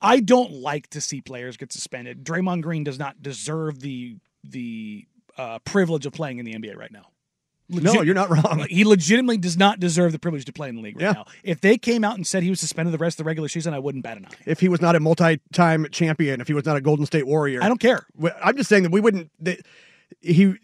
Speaker 5: I don't like to see players get suspended. Draymond Green does not deserve the the uh, privilege of playing in the NBA right now.
Speaker 6: no, you're not wrong.
Speaker 5: He legitimately does not deserve the privilege to play in the league right
Speaker 6: Yeah.
Speaker 5: now. If they came out and said he was suspended the rest of the regular season, I wouldn't bat an eye.
Speaker 6: If he was not a multi-time champion, if he was not a Golden State Warrior,
Speaker 5: I don't care.
Speaker 6: Well, I'm just saying that we wouldn't. They, he,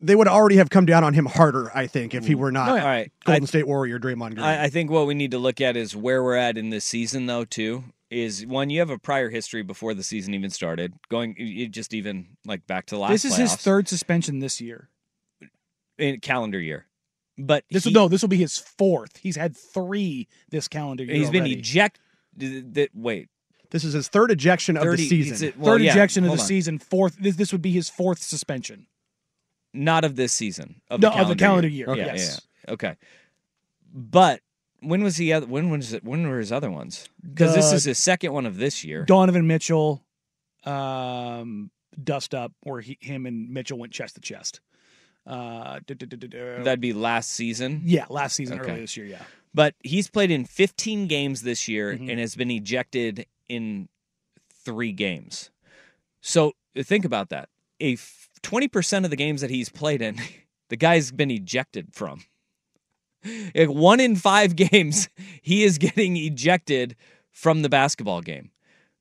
Speaker 6: they would already have come down on him harder. I think if he were not
Speaker 5: Oh,
Speaker 3: All right.
Speaker 6: Golden State Warrior Draymond Green.
Speaker 3: Oh, I, I think what we need to look at is where we're at in this season, though. Too is one you have a prior history before the season even started, going you just even like back to the last.
Speaker 5: This is his
Speaker 3: playoffs
Speaker 5: third suspension this year.
Speaker 3: in calendar year, but
Speaker 5: This will
Speaker 3: he-
Speaker 5: no, this will be his fourth. He's had three this calendar year.
Speaker 3: He's been
Speaker 5: already.
Speaker 3: ejected. Th- wait,
Speaker 6: this is his third ejection of
Speaker 3: 30
Speaker 6: the
Speaker 3: is
Speaker 6: season.
Speaker 3: it- well,
Speaker 5: third
Speaker 3: yeah,
Speaker 5: ejection of the
Speaker 3: hold on.
Speaker 5: season. Fourth. This, this would be his fourth suspension.
Speaker 3: Not of this season. Of
Speaker 5: No,
Speaker 3: the calendar
Speaker 5: year.
Speaker 3: Yeah,
Speaker 5: yes.
Speaker 3: yeah, yeah. Okay. But when was he? oth- When was it? When were his other ones? Because this
Speaker 5: The-
Speaker 3: is his second one of this year.
Speaker 5: Donovan Mitchell, um, dust up, where he, him and Mitchell went chest to chest. Uh, duh, duh, duh, duh, duh.
Speaker 3: That'd be last season.
Speaker 5: yeah, last season,
Speaker 3: Okay.
Speaker 5: early this year. Yeah,
Speaker 3: But he's played in 15 games this year
Speaker 5: Mhm.
Speaker 3: and has been ejected in three games. So think about that. A f- 20% of the games that he's played in, the guy's been ejected from. Like one in five games, he is getting ejected from the basketball game.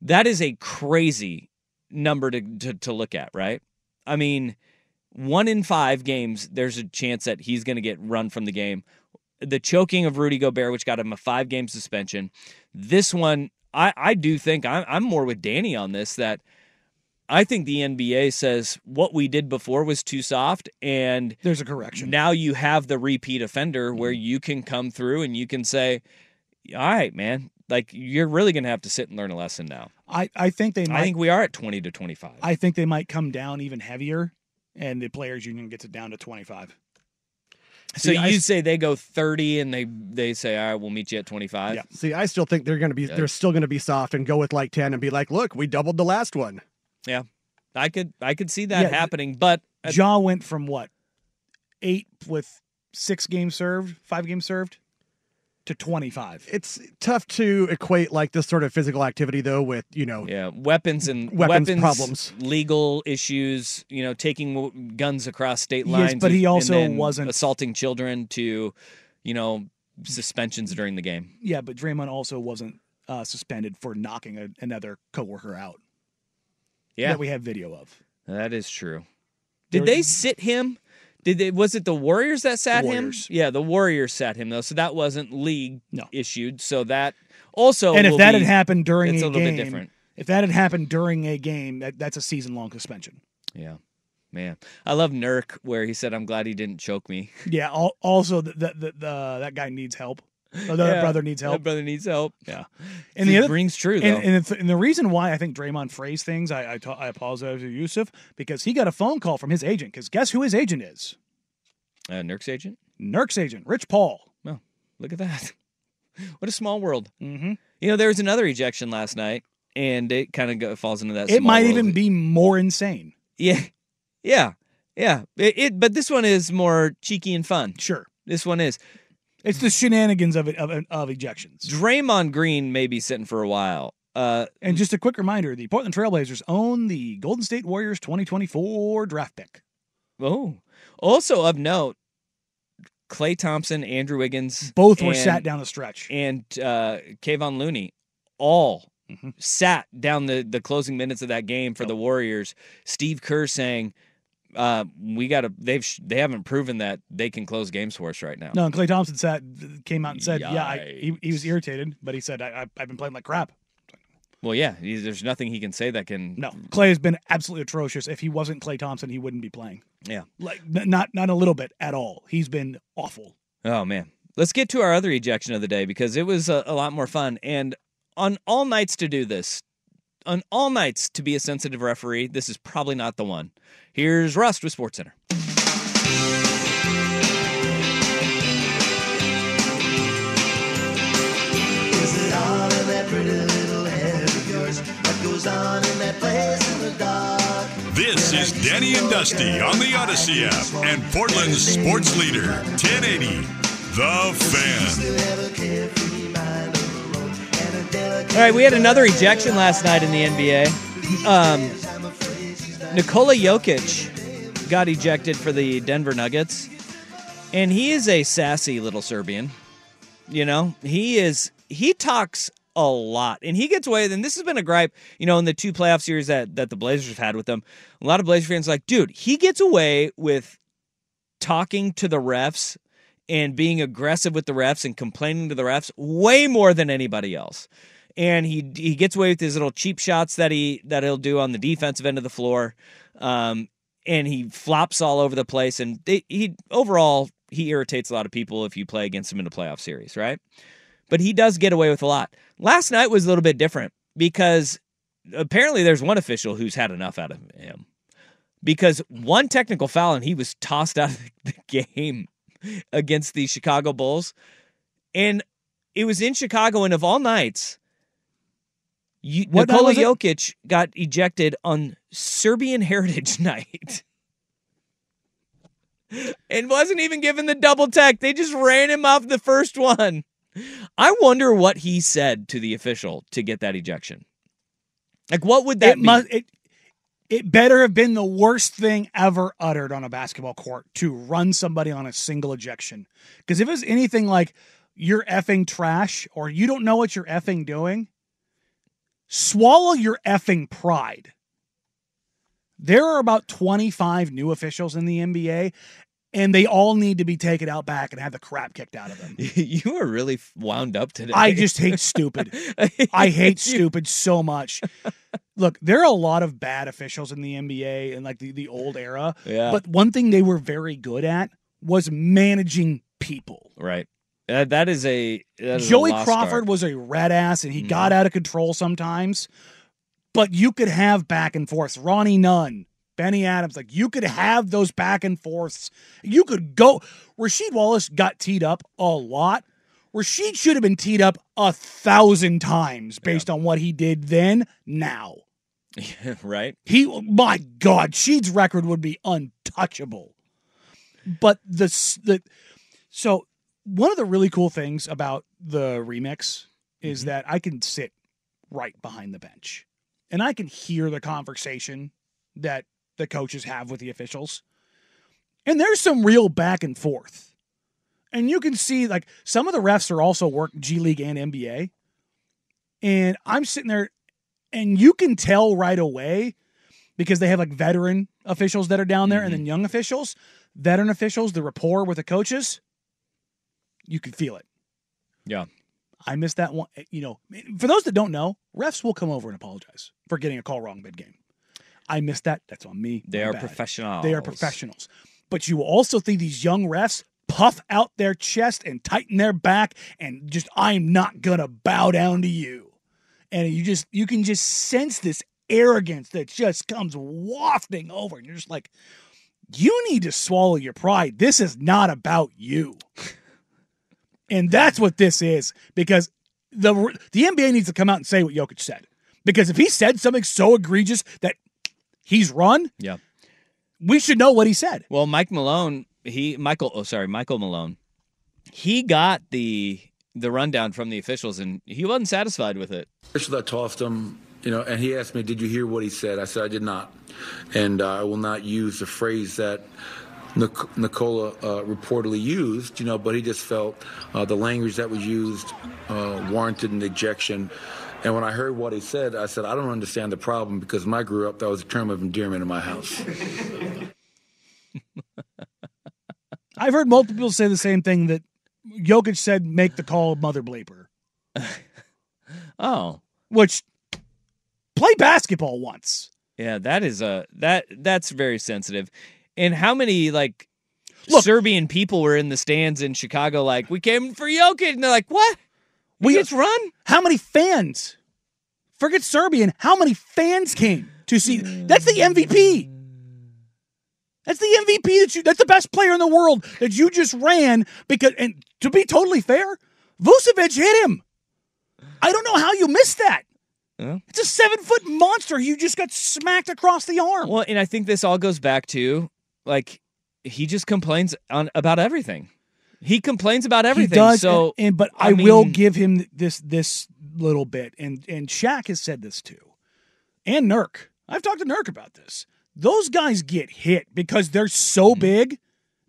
Speaker 3: That is a crazy number to, to, to look at, right? I mean, one in five games, there's a chance that he's going to get run from the game. The choking of Rudy Gobert, which got him a five game suspension. This one, I, I do think I'm, I'm more with Danny on this that I think the NBA says what we did before was too soft. And
Speaker 5: there's a correction.
Speaker 3: now you have the repeat offender where you can come through and you can say, all right, man, like you're really going to have to sit and learn a lesson now.
Speaker 5: I, I think they might.
Speaker 3: I think we are at 20 to 25.
Speaker 5: I think they might come down even heavier, and the players' union gets it down to twenty five.
Speaker 3: So
Speaker 6: See, I
Speaker 3: you
Speaker 6: s-
Speaker 3: say they go 30 and they they say, all right, we'll meet you at 25.
Speaker 5: Yeah.
Speaker 6: See, I still think they're going to be. They're still going to be soft and go with like ten and be like, "Look, we doubled the last one."
Speaker 3: Yeah. I could I could see that
Speaker 5: Yeah,
Speaker 3: happening, but at-
Speaker 5: Jaw went from what eight with six games served, five games served, to twenty five.
Speaker 6: It's tough to equate like this sort of physical activity though with you know
Speaker 3: yeah, weapons and
Speaker 6: Weapons problems.
Speaker 3: legal issues, you know, taking w- guns across state
Speaker 5: Yes,
Speaker 3: lines.
Speaker 5: but he
Speaker 3: and- and
Speaker 5: also
Speaker 3: then
Speaker 5: wasn't-
Speaker 3: assaulting children to, you know, suspensions during the game.
Speaker 5: Yeah, but Draymond also wasn't uh, suspended for knocking a, another coworker out.
Speaker 3: Yeah,
Speaker 5: that we have video of.
Speaker 3: that is true.
Speaker 5: There
Speaker 3: Did
Speaker 5: was-
Speaker 3: they sit him? Did they, was it the Warriors that sat
Speaker 5: Warriors.
Speaker 3: him? Yeah, the Warriors sat him though, so that wasn't league
Speaker 5: No.
Speaker 3: issued. So that also,
Speaker 5: and if
Speaker 3: will
Speaker 5: that
Speaker 3: Oh,
Speaker 5: had
Speaker 3: be-
Speaker 5: happened during
Speaker 3: it's
Speaker 5: a,
Speaker 3: a little
Speaker 5: game,
Speaker 3: bit different.
Speaker 5: if that had happened during a game, that, that's a season long suspension.
Speaker 3: Yeah. Man, I love Nurk where he said, "I'm glad he didn't choke me."
Speaker 5: Yeah. Al- also, the, the, the, the that guy needs help. Or that
Speaker 3: Yeah,
Speaker 5: brother needs
Speaker 3: that
Speaker 5: help.
Speaker 3: brother needs help. Yeah.
Speaker 5: And
Speaker 3: It
Speaker 5: the other
Speaker 3: rings true,
Speaker 5: And,
Speaker 3: though.
Speaker 5: and, it's, and the reason why I think Draymond phrased things, I I, ta- I apologize to Yusuf because he got a phone call from his agent. Because guess who his agent is?
Speaker 3: Uh, Nurk's agent.
Speaker 5: Nurk's agent, Rich Paul.
Speaker 3: Well, look at that. What a small world.
Speaker 5: Mm-hmm.
Speaker 3: You know, there was another ejection last night, and it kind of go, falls into that.
Speaker 5: It
Speaker 3: small
Speaker 5: might
Speaker 3: world.
Speaker 5: even be more insane.
Speaker 3: Yeah, yeah, yeah. It, it, but this one is more cheeky and fun.
Speaker 5: Sure,
Speaker 3: this one is.
Speaker 5: It's the shenanigans of it of, of ejections.
Speaker 3: Draymond Green may be sitting for a while. Uh,
Speaker 5: And just a quick reminder: the Portland Trailblazers own the Golden State Warriors 2024 draft pick.
Speaker 3: oh, also of note, Clay Thompson, Andrew Wiggins,
Speaker 5: Both were
Speaker 3: and-
Speaker 5: sat down the stretch.
Speaker 3: and uh, Kayvon Looney, all
Speaker 5: Mm-hmm.
Speaker 3: sat down the the closing minutes of that game for the Warriors. Steve Kerr saying. Uh, we gotta. They've sh- they haven't proven that they can close games for us right now.
Speaker 5: No, and Clay Thompson said, came out and said, "Yeah, I, he, he was
Speaker 3: Yikes.
Speaker 5: irritated, but he said I, I, I've been playing like crap."
Speaker 3: Well, yeah, he- there's nothing he can say that can.
Speaker 5: No, Clay has been absolutely atrocious. If he wasn't Clay Thompson, he wouldn't be playing.
Speaker 3: Yeah.
Speaker 5: Like n- not not a little bit at all. He's been awful.
Speaker 3: Oh man. Let's get to our other ejection of the day because it was a, a lot more fun. And on all nights to do this, on all nights to be a sensitive referee, this is probably not the one. Here's Rust with SportsCenter.
Speaker 11: Is it all in that pretty little head of yours that goes on in that place in the dark?
Speaker 4: This is Danny and Dusty on the Odyssey app and Portland's sports leader, 1080, The Fan.
Speaker 3: All right, we had another ejection last night in the NBA. Um, Nikola Jokic got ejected for the Denver Nuggets, and he is a sassy little Serbian. You know, he is he talks a lot, and he gets away. And this has been a gripe, you know, in the two playoff series that that the Blazers have had with them. A lot of Blazer fans are like, dude, he gets away with talking to the refs and being aggressive with the refs and complaining to the refs way more than anybody else. And he he gets away with his little cheap shots that he that he'll do on the defensive end of the floor, um, and he flops all over the place. And they, he overall he irritates a lot of people if you play against him in a playoff series, right? But he does get away with a lot. Last night was a little bit different because apparently there's one official who's had enough out of him because one technical foul and he was tossed out of the game against the Chicago Bulls. And it was in Chicago, and of all nights, you,
Speaker 5: What night
Speaker 3: Nikola
Speaker 5: was it?
Speaker 3: Jokic got ejected on Serbian Heritage Night. and wasn't even given the double tech. They just ran him off the first one. I wonder what he said to the official to get that ejection. Like, what would that
Speaker 5: it
Speaker 3: mean?
Speaker 5: must it it better have been the worst thing ever uttered on a basketball court to run somebody on a single ejection. Because if it was anything like you're effing trash or you don't know what you're effing doing, swallow your effing pride. There are about 25 new officials in the NBA, and they all need to be taken out back and have the crap kicked out of them.
Speaker 3: You are really wound up today.
Speaker 5: I just hate stupid. I hate stupid so much. Look, there are a lot of bad officials in the NBA and like the, the old era.
Speaker 3: Yeah.
Speaker 5: But one thing they were very good at was managing people.
Speaker 3: Right. Uh, that is a that is a
Speaker 5: Joey
Speaker 3: lost
Speaker 5: Crawford
Speaker 3: art. Mm-hmm.
Speaker 5: was a red ass and he got out of control sometimes. But you could have back and forth. Ronnie Nunn, Benny Adams, like you could have those back and forths. You could go. Rasheed Wallace got teed up a lot. Rasheed should have been teed up a thousand times based on what he did then, now.
Speaker 3: right.
Speaker 5: He, my God, Sheed's record would be untouchable. But the s- the so one of the really cool things about the remix is that I can sit right behind the bench and I can hear the conversation that the coaches have with the officials. And there's some real back and forth. And you can see like some of the refs are also work G League and NBA. And I'm sitting there and you can tell right away because they have like veteran officials that are down there
Speaker 3: Mm-hmm.
Speaker 5: and then young officials, veteran officials, the rapport with the coaches, you can feel it.
Speaker 3: Yeah.
Speaker 5: I missed that eh, one. You know, for those that don't know, refs will come over and apologize for getting a call wrong mid game. I missed that. That's on me.
Speaker 3: They
Speaker 5: My
Speaker 3: are
Speaker 5: bad.
Speaker 3: professionals.
Speaker 5: They are professionals. But you will also see these young refs puff out their chest and tighten their back and just, I'm not going to bow down to you. And you just, you can just sense this arrogance that just comes wafting over. And you're just like, you need to swallow your pride. This is not about you. And that's what this is because the the NBA needs to come out and say what Jokic said. Because if he said something so egregious that he's run,
Speaker 3: Yeah.
Speaker 5: we should know what he said.
Speaker 3: Well, Mike Malone, he Michael, oh sorry, Michael Malone, he got the the rundown from the officials, and he wasn't satisfied with it.
Speaker 12: Official that tossed him, you know, and he asked me, "Did you hear what he said?" I said, "I did not," and uh, I will not use the phrase that Nic- Nicola uh, reportedly used, you know, but he just felt uh, the language that was used uh, warranted an ejection. And when I heard what he said, I said, "I don't understand the problem because when I grew up, that was a term of endearment in my house."
Speaker 5: I've heard multiple people say the same thing that Jokic said, make the call, mother blaper.
Speaker 3: oh.
Speaker 5: Which play basketball once.
Speaker 3: Yeah, that is a that that's very sensitive. And how many like Serbian people were in the stands in Chicago? Like we came for Jokic, and they're like, "What? We just run?"
Speaker 5: How many fans? Forget Serbian. How many fans came to see? That's the MVP. That's the MVP that you. That's the best player in the world that you just ran because. And to be totally fair, Vucevic hit him. I don't know how you missed that.
Speaker 3: Yeah.
Speaker 5: It's a seven foot monster. You just got smacked across the arm.
Speaker 3: Well, and I think this all goes back to like he just complains on about everything. He complains about everything.
Speaker 5: He does,
Speaker 3: so,
Speaker 5: and, and- but I, will
Speaker 3: mean,
Speaker 5: give him this this little bit, and and Shaq has said this too, and Nurk. I've talked to Nurk about this. Those guys get hit because they're
Speaker 3: Mm-hmm.
Speaker 5: so big,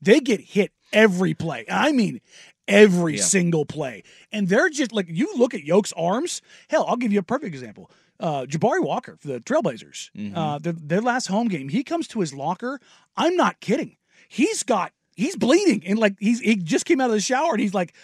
Speaker 5: they get hit every play. I mean, every
Speaker 13: Yeah.
Speaker 5: single play, and they're just like you look at Yoke's arms. Hell, I'll give you a perfect example. Uh, Jabari Walker for the Trailblazers.
Speaker 13: Mhm.
Speaker 5: Uh, their, their last home game, he comes to his locker. I'm not kidding. He's got he's bleeding and like he's he just came out of the shower and he's like,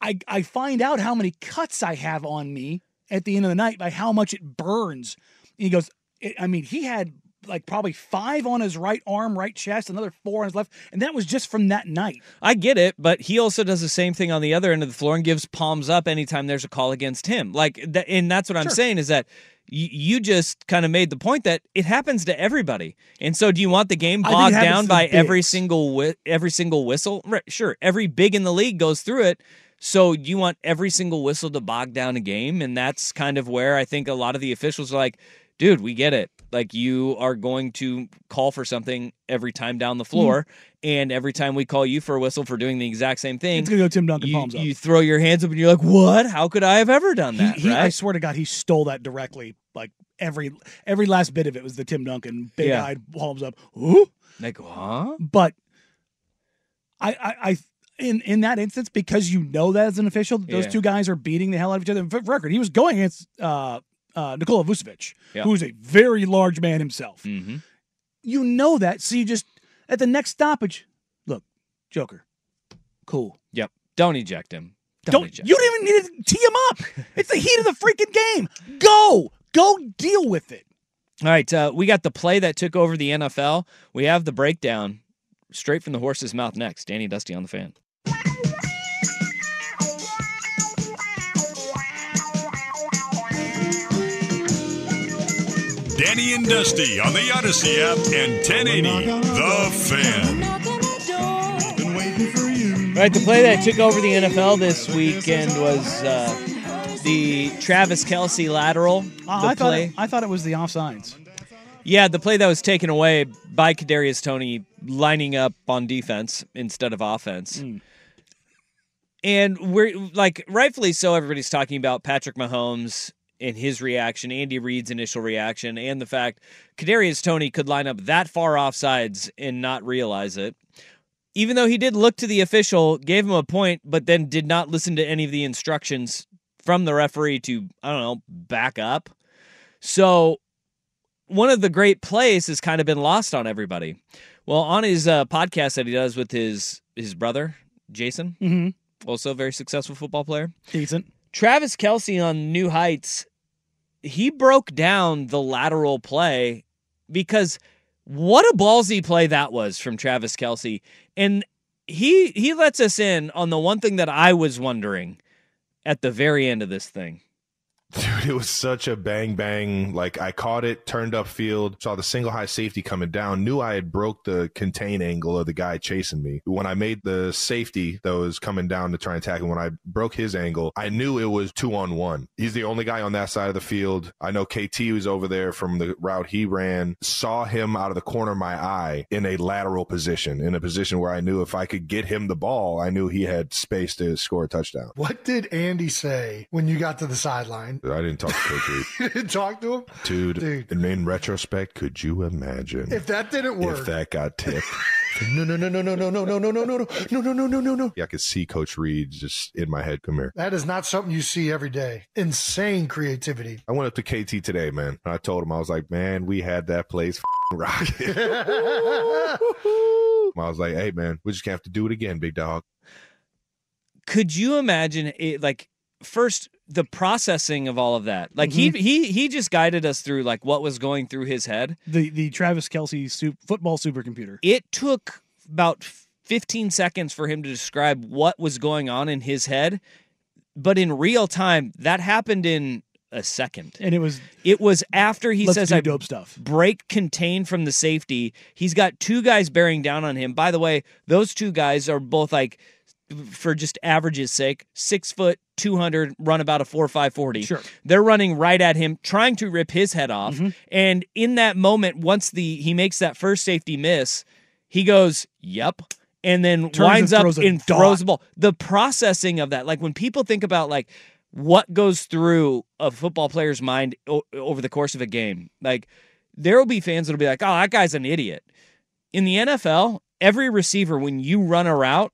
Speaker 5: I, I find out how many cuts I have on me at the end of the night by how much it burns. And he goes, it, I mean, he had like probably five on his right arm, right chest, another four on his left, and that was just from that night.
Speaker 3: I get it, but he also does the same thing on the other end of the floor and gives palms up anytime there's a call against him. Like, that, and that's what I'm
Speaker 5: Sure.
Speaker 3: saying is that y- you just kind of made the point that it happens to everybody. And so, do you want the game
Speaker 5: I think it
Speaker 3: bogged
Speaker 5: happens
Speaker 3: down
Speaker 5: to
Speaker 3: by
Speaker 5: the
Speaker 3: every
Speaker 5: bigs.
Speaker 3: single whi- every single whistle? Right, sure, every big in the league goes through it. So you want every single whistle to bog down a game, and that's kind of where I think a lot of the officials are like, "Dude, we get it. Like you are going to call for something every time down the
Speaker 5: Mm.
Speaker 3: floor, and every time we call you for a whistle for doing the exact same thing,
Speaker 5: It's gonna go Tim Duncan
Speaker 3: you,
Speaker 5: palms up.
Speaker 3: you throw your hands up and you're like, "What? How could I have ever done that?"
Speaker 5: He, I
Speaker 3: right?
Speaker 5: swear to God, he stole that directly. Like every every last bit of it was the Tim Duncan big eyed palms up. Ooh.
Speaker 3: Like, huh?
Speaker 5: But I, I, I in in that instance, because you know that as an official, that those
Speaker 3: Yeah.
Speaker 5: two guys are beating the hell out of each other. And For record, he was going against uh, uh, Nikola Vucevic,
Speaker 13: Yeah.
Speaker 5: who's a very large man himself.
Speaker 3: Mm-hmm.
Speaker 5: You know that, so you just at the next stoppage, look, Joker, cool.
Speaker 3: Yep. Don't eject him. Don't,
Speaker 5: Don't,
Speaker 3: eject.
Speaker 5: you don't even need to tee him up. It's the heat of the freaking game. Go, go, deal with it.
Speaker 3: All right, uh, we got the play that took over the NFL. We have the breakdown straight from the horse's mouth next. Danny and Dusty on the fan.
Speaker 4: Danny and Dusty on the Odyssey app and 1080 The Fan.
Speaker 3: All right, the play that took over the NFL this weekend was uh, the Travis Kelsey lateral.
Speaker 5: Uh,
Speaker 3: the
Speaker 5: I thought
Speaker 3: play.
Speaker 5: it, I thought it was the offsides.
Speaker 3: Yeah, the play that was taken away by Kadarius Tony lining up on defense instead of offense. And we're like rightfully so everybody's talking about Patrick Mahomes and his reaction, Andy Reid's initial reaction, and the fact Kadarius Tony could line up that far off sides and not realize it. Even though he did look to the official, gave him a point, but then did not listen to any of the instructions from the referee to, I don't know, back up. So one of the great plays has kind of been lost on everybody. Well, on his uh, podcast that he does with his his brother Jason,
Speaker 5: Mhm.
Speaker 3: also a very successful football player,
Speaker 5: Decent.
Speaker 3: Travis Kelsey on New Heights, he broke down the lateral play because what a ballsy play that was from Travis Kelsey. And he he lets us in on the one thing that I was wondering at the very end of this thing.
Speaker 13: Dude, it was such a bang bang. Like I caught it, turned up field, saw the single high safety coming down, knew I had broke the contain angle of the guy chasing me. When I made the safety that was coming down to try and tackle, when I broke his angle, I knew it was two on one. He's the only guy on that side of the field. I know KT was over there from the route he ran, saw him out of the corner of my eye in a lateral position, in a position where I knew if I could get him the ball, I knew he had space to score a touchdown.
Speaker 14: What did Andy say when you got to the sideline?
Speaker 13: I didn't talk to KT.
Speaker 14: You didn't talk to him?
Speaker 13: Dude, and in retrospect, could you imagine
Speaker 14: If that didn't work.
Speaker 13: if that got tipped?
Speaker 14: No, no, no, no, no, no, no, no, no, no, no, no, no, no, no, no, no.
Speaker 13: yeah, I could see Coach Reed just in my head. Come here.
Speaker 14: That is not something you see every day. Insane creativity.
Speaker 13: I went up to KT today, man, and I told him I was like, man, we had that place rocket. I was like, hey, man, we just gonna have to do it again, big dog.
Speaker 3: could you imagine it like first the processing of all of that like
Speaker 5: Mhm.
Speaker 3: he he he just guided us through like what was going through his head
Speaker 5: The the Travis Kelsey su- football supercomputer.
Speaker 3: it took about 15 seconds for him to describe what was going on in his head but in real time that happened in a second
Speaker 5: And it was
Speaker 3: it was after he
Speaker 5: Let's
Speaker 3: says
Speaker 5: do
Speaker 3: I
Speaker 5: dope stuff.
Speaker 3: break contained from the safety. He's got two guys bearing down on him. By the way, those two guys are both like for just average's sake, six foot, two hundred, run about a four five forty.
Speaker 5: Sure.
Speaker 3: They're running right at him, trying to rip his head off. And in that moment, once the he makes that first safety miss, he goes, Yep. And then
Speaker 5: Turns
Speaker 3: winds
Speaker 5: and
Speaker 3: up
Speaker 5: throws a
Speaker 3: and
Speaker 5: dot.
Speaker 3: throws the ball. The processing of that, like when people think about like what goes through a football player's mind o- over the course of a game, like there will be fans that'll be like, "Oh, that guy's an idiot." In the NFL, every receiver when you run a route,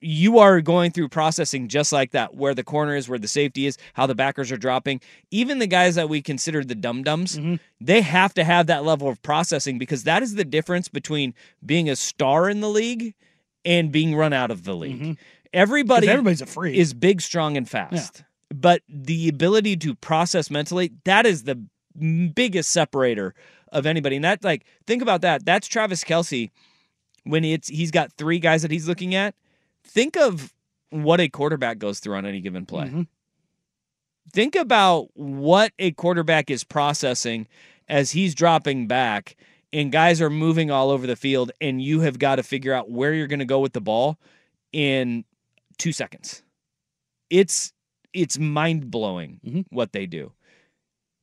Speaker 3: you are going through processing just like that, where the corner is, where the safety is, how the backers are dropping. Even the guys that we consider the dum dums, they have to have that level of processing because that is the difference between being a star in the league and being run out of the league. Everybody,
Speaker 5: 'Cause everybody's a freak.
Speaker 3: is big, strong, and fast. But the ability to process mentally, that is the m- biggest separator of anybody. And that, like, think about that. That's Travis Kelsey when it's he's got three guys that he's looking at. Think of what a quarterback goes through on any given play. Think about what a quarterback is processing as he's dropping back and guys are moving all over the field and you have got to figure out where you're going to go with the ball in 2 seconds. It's it's mind-blowing
Speaker 5: Mm-hmm.
Speaker 3: what they do.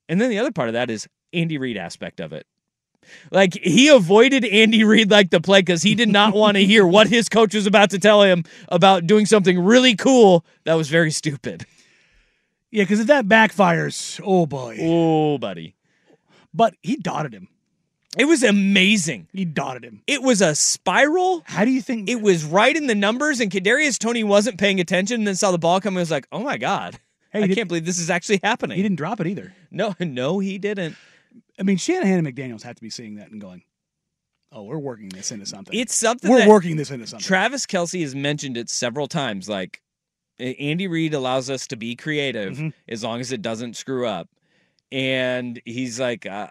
Speaker 3: And then the other part of that is Andy Reid aspect of it. Like he avoided Andy Reid like the plague because he did not want to hear what his coach was about to tell him about doing something really cool that was very stupid.
Speaker 5: Yeah, because if that backfires, oh boy.
Speaker 3: Oh, buddy.
Speaker 5: But he dotted him.
Speaker 3: It was amazing.
Speaker 5: He dotted him.
Speaker 3: It was a spiral.
Speaker 5: How do you think
Speaker 3: it was right in the numbers? And Kadarius Tony wasn't paying attention, and then saw the ball come and was like, "Oh my god,
Speaker 5: Hey,
Speaker 3: I
Speaker 5: he did-
Speaker 3: can't believe this is actually happening."
Speaker 5: He didn't drop it either.
Speaker 3: No, no, he didn't.
Speaker 5: I mean, Shanahan and McDaniels have to be seeing that and going, "Oh, we're working this into something.
Speaker 3: It's something
Speaker 5: We're
Speaker 3: that-
Speaker 5: working this into something."
Speaker 3: Travis Kelsey has mentioned it several times. Like A- Andy Reid allows us to be creative
Speaker 5: Mhm.
Speaker 3: as long as it doesn't screw up, and he's like, uh,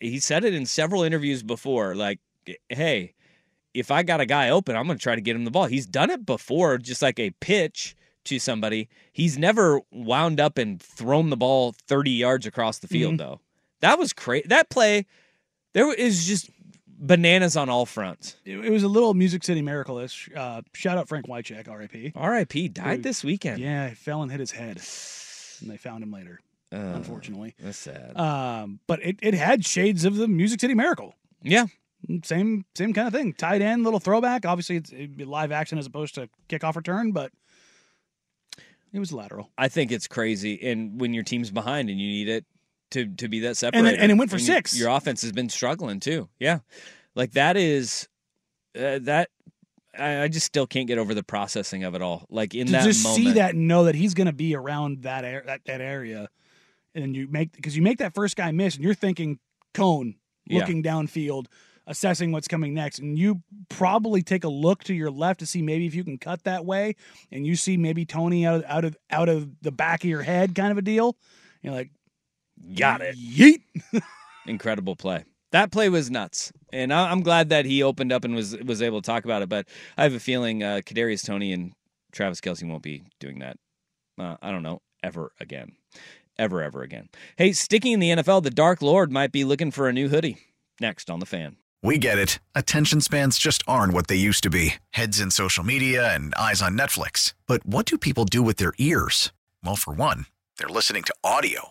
Speaker 3: he said it in several interviews before. Like, hey, if I got a guy open, I'm going to try to get him the ball. He's done it before, just like a pitch to somebody. He's never wound up and thrown the ball 30 yards across the field
Speaker 5: Mhm.
Speaker 3: though. That was crazy. That play, there is just bananas on all fronts.
Speaker 5: it, it was a little Music City miracle ish. Uh, shout out Frank Wycheck, R.I.P.
Speaker 3: R.I.P. Died
Speaker 5: Who-
Speaker 3: this weekend.
Speaker 5: Yeah, he fell and hit his head, and they found him later.
Speaker 3: Uh.
Speaker 5: unfortunately,
Speaker 3: Um, that's sad.
Speaker 5: Um, but it, it had shades of the Music City Miracle.
Speaker 3: Yeah.
Speaker 5: Same same kind of thing. Tight end, little throwback. Obviously, it's it'd be live action as opposed to kickoff return, but it was lateral.
Speaker 3: I think it's crazy. And when your team's behind and you need it to to be that
Speaker 5: then-
Speaker 3: separator,
Speaker 5: and it went for
Speaker 3: When your-
Speaker 5: six.
Speaker 3: Your, offense has been struggling too. Yeah, like that is uh, that. I, I just still can't get over the processing of it all. Like in
Speaker 5: to
Speaker 3: that
Speaker 5: just
Speaker 3: moment,
Speaker 5: see that and know that he's going to be around that air that, that area, and then you make because you make that first guy miss, and you're thinking cone,
Speaker 3: Yeah.
Speaker 5: looking downfield, assessing what's coming next, and you probably take a look to your left to see maybe if you can cut that way, and you see maybe Tony out of out of out of the back of your head, kind of a deal. You're like,
Speaker 3: got it.
Speaker 5: Yeet.
Speaker 3: Incredible play. That play was nuts, and I, I'm glad that he opened up and was was able to talk about it. But I have a feeling uh, Kadarius Tony and Travis Kelsey won't be doing that. Uh, I don't know ever again, ever ever again. Hey, sticking in the NFL, the Dark Lord might be looking for a new hoodie. Next on the fan.
Speaker 1: We get it. Attention spans just aren't what they used to be heads in social media and eyes on Netflix. But what do people do with their ears? Well, for one, they're listening to audio.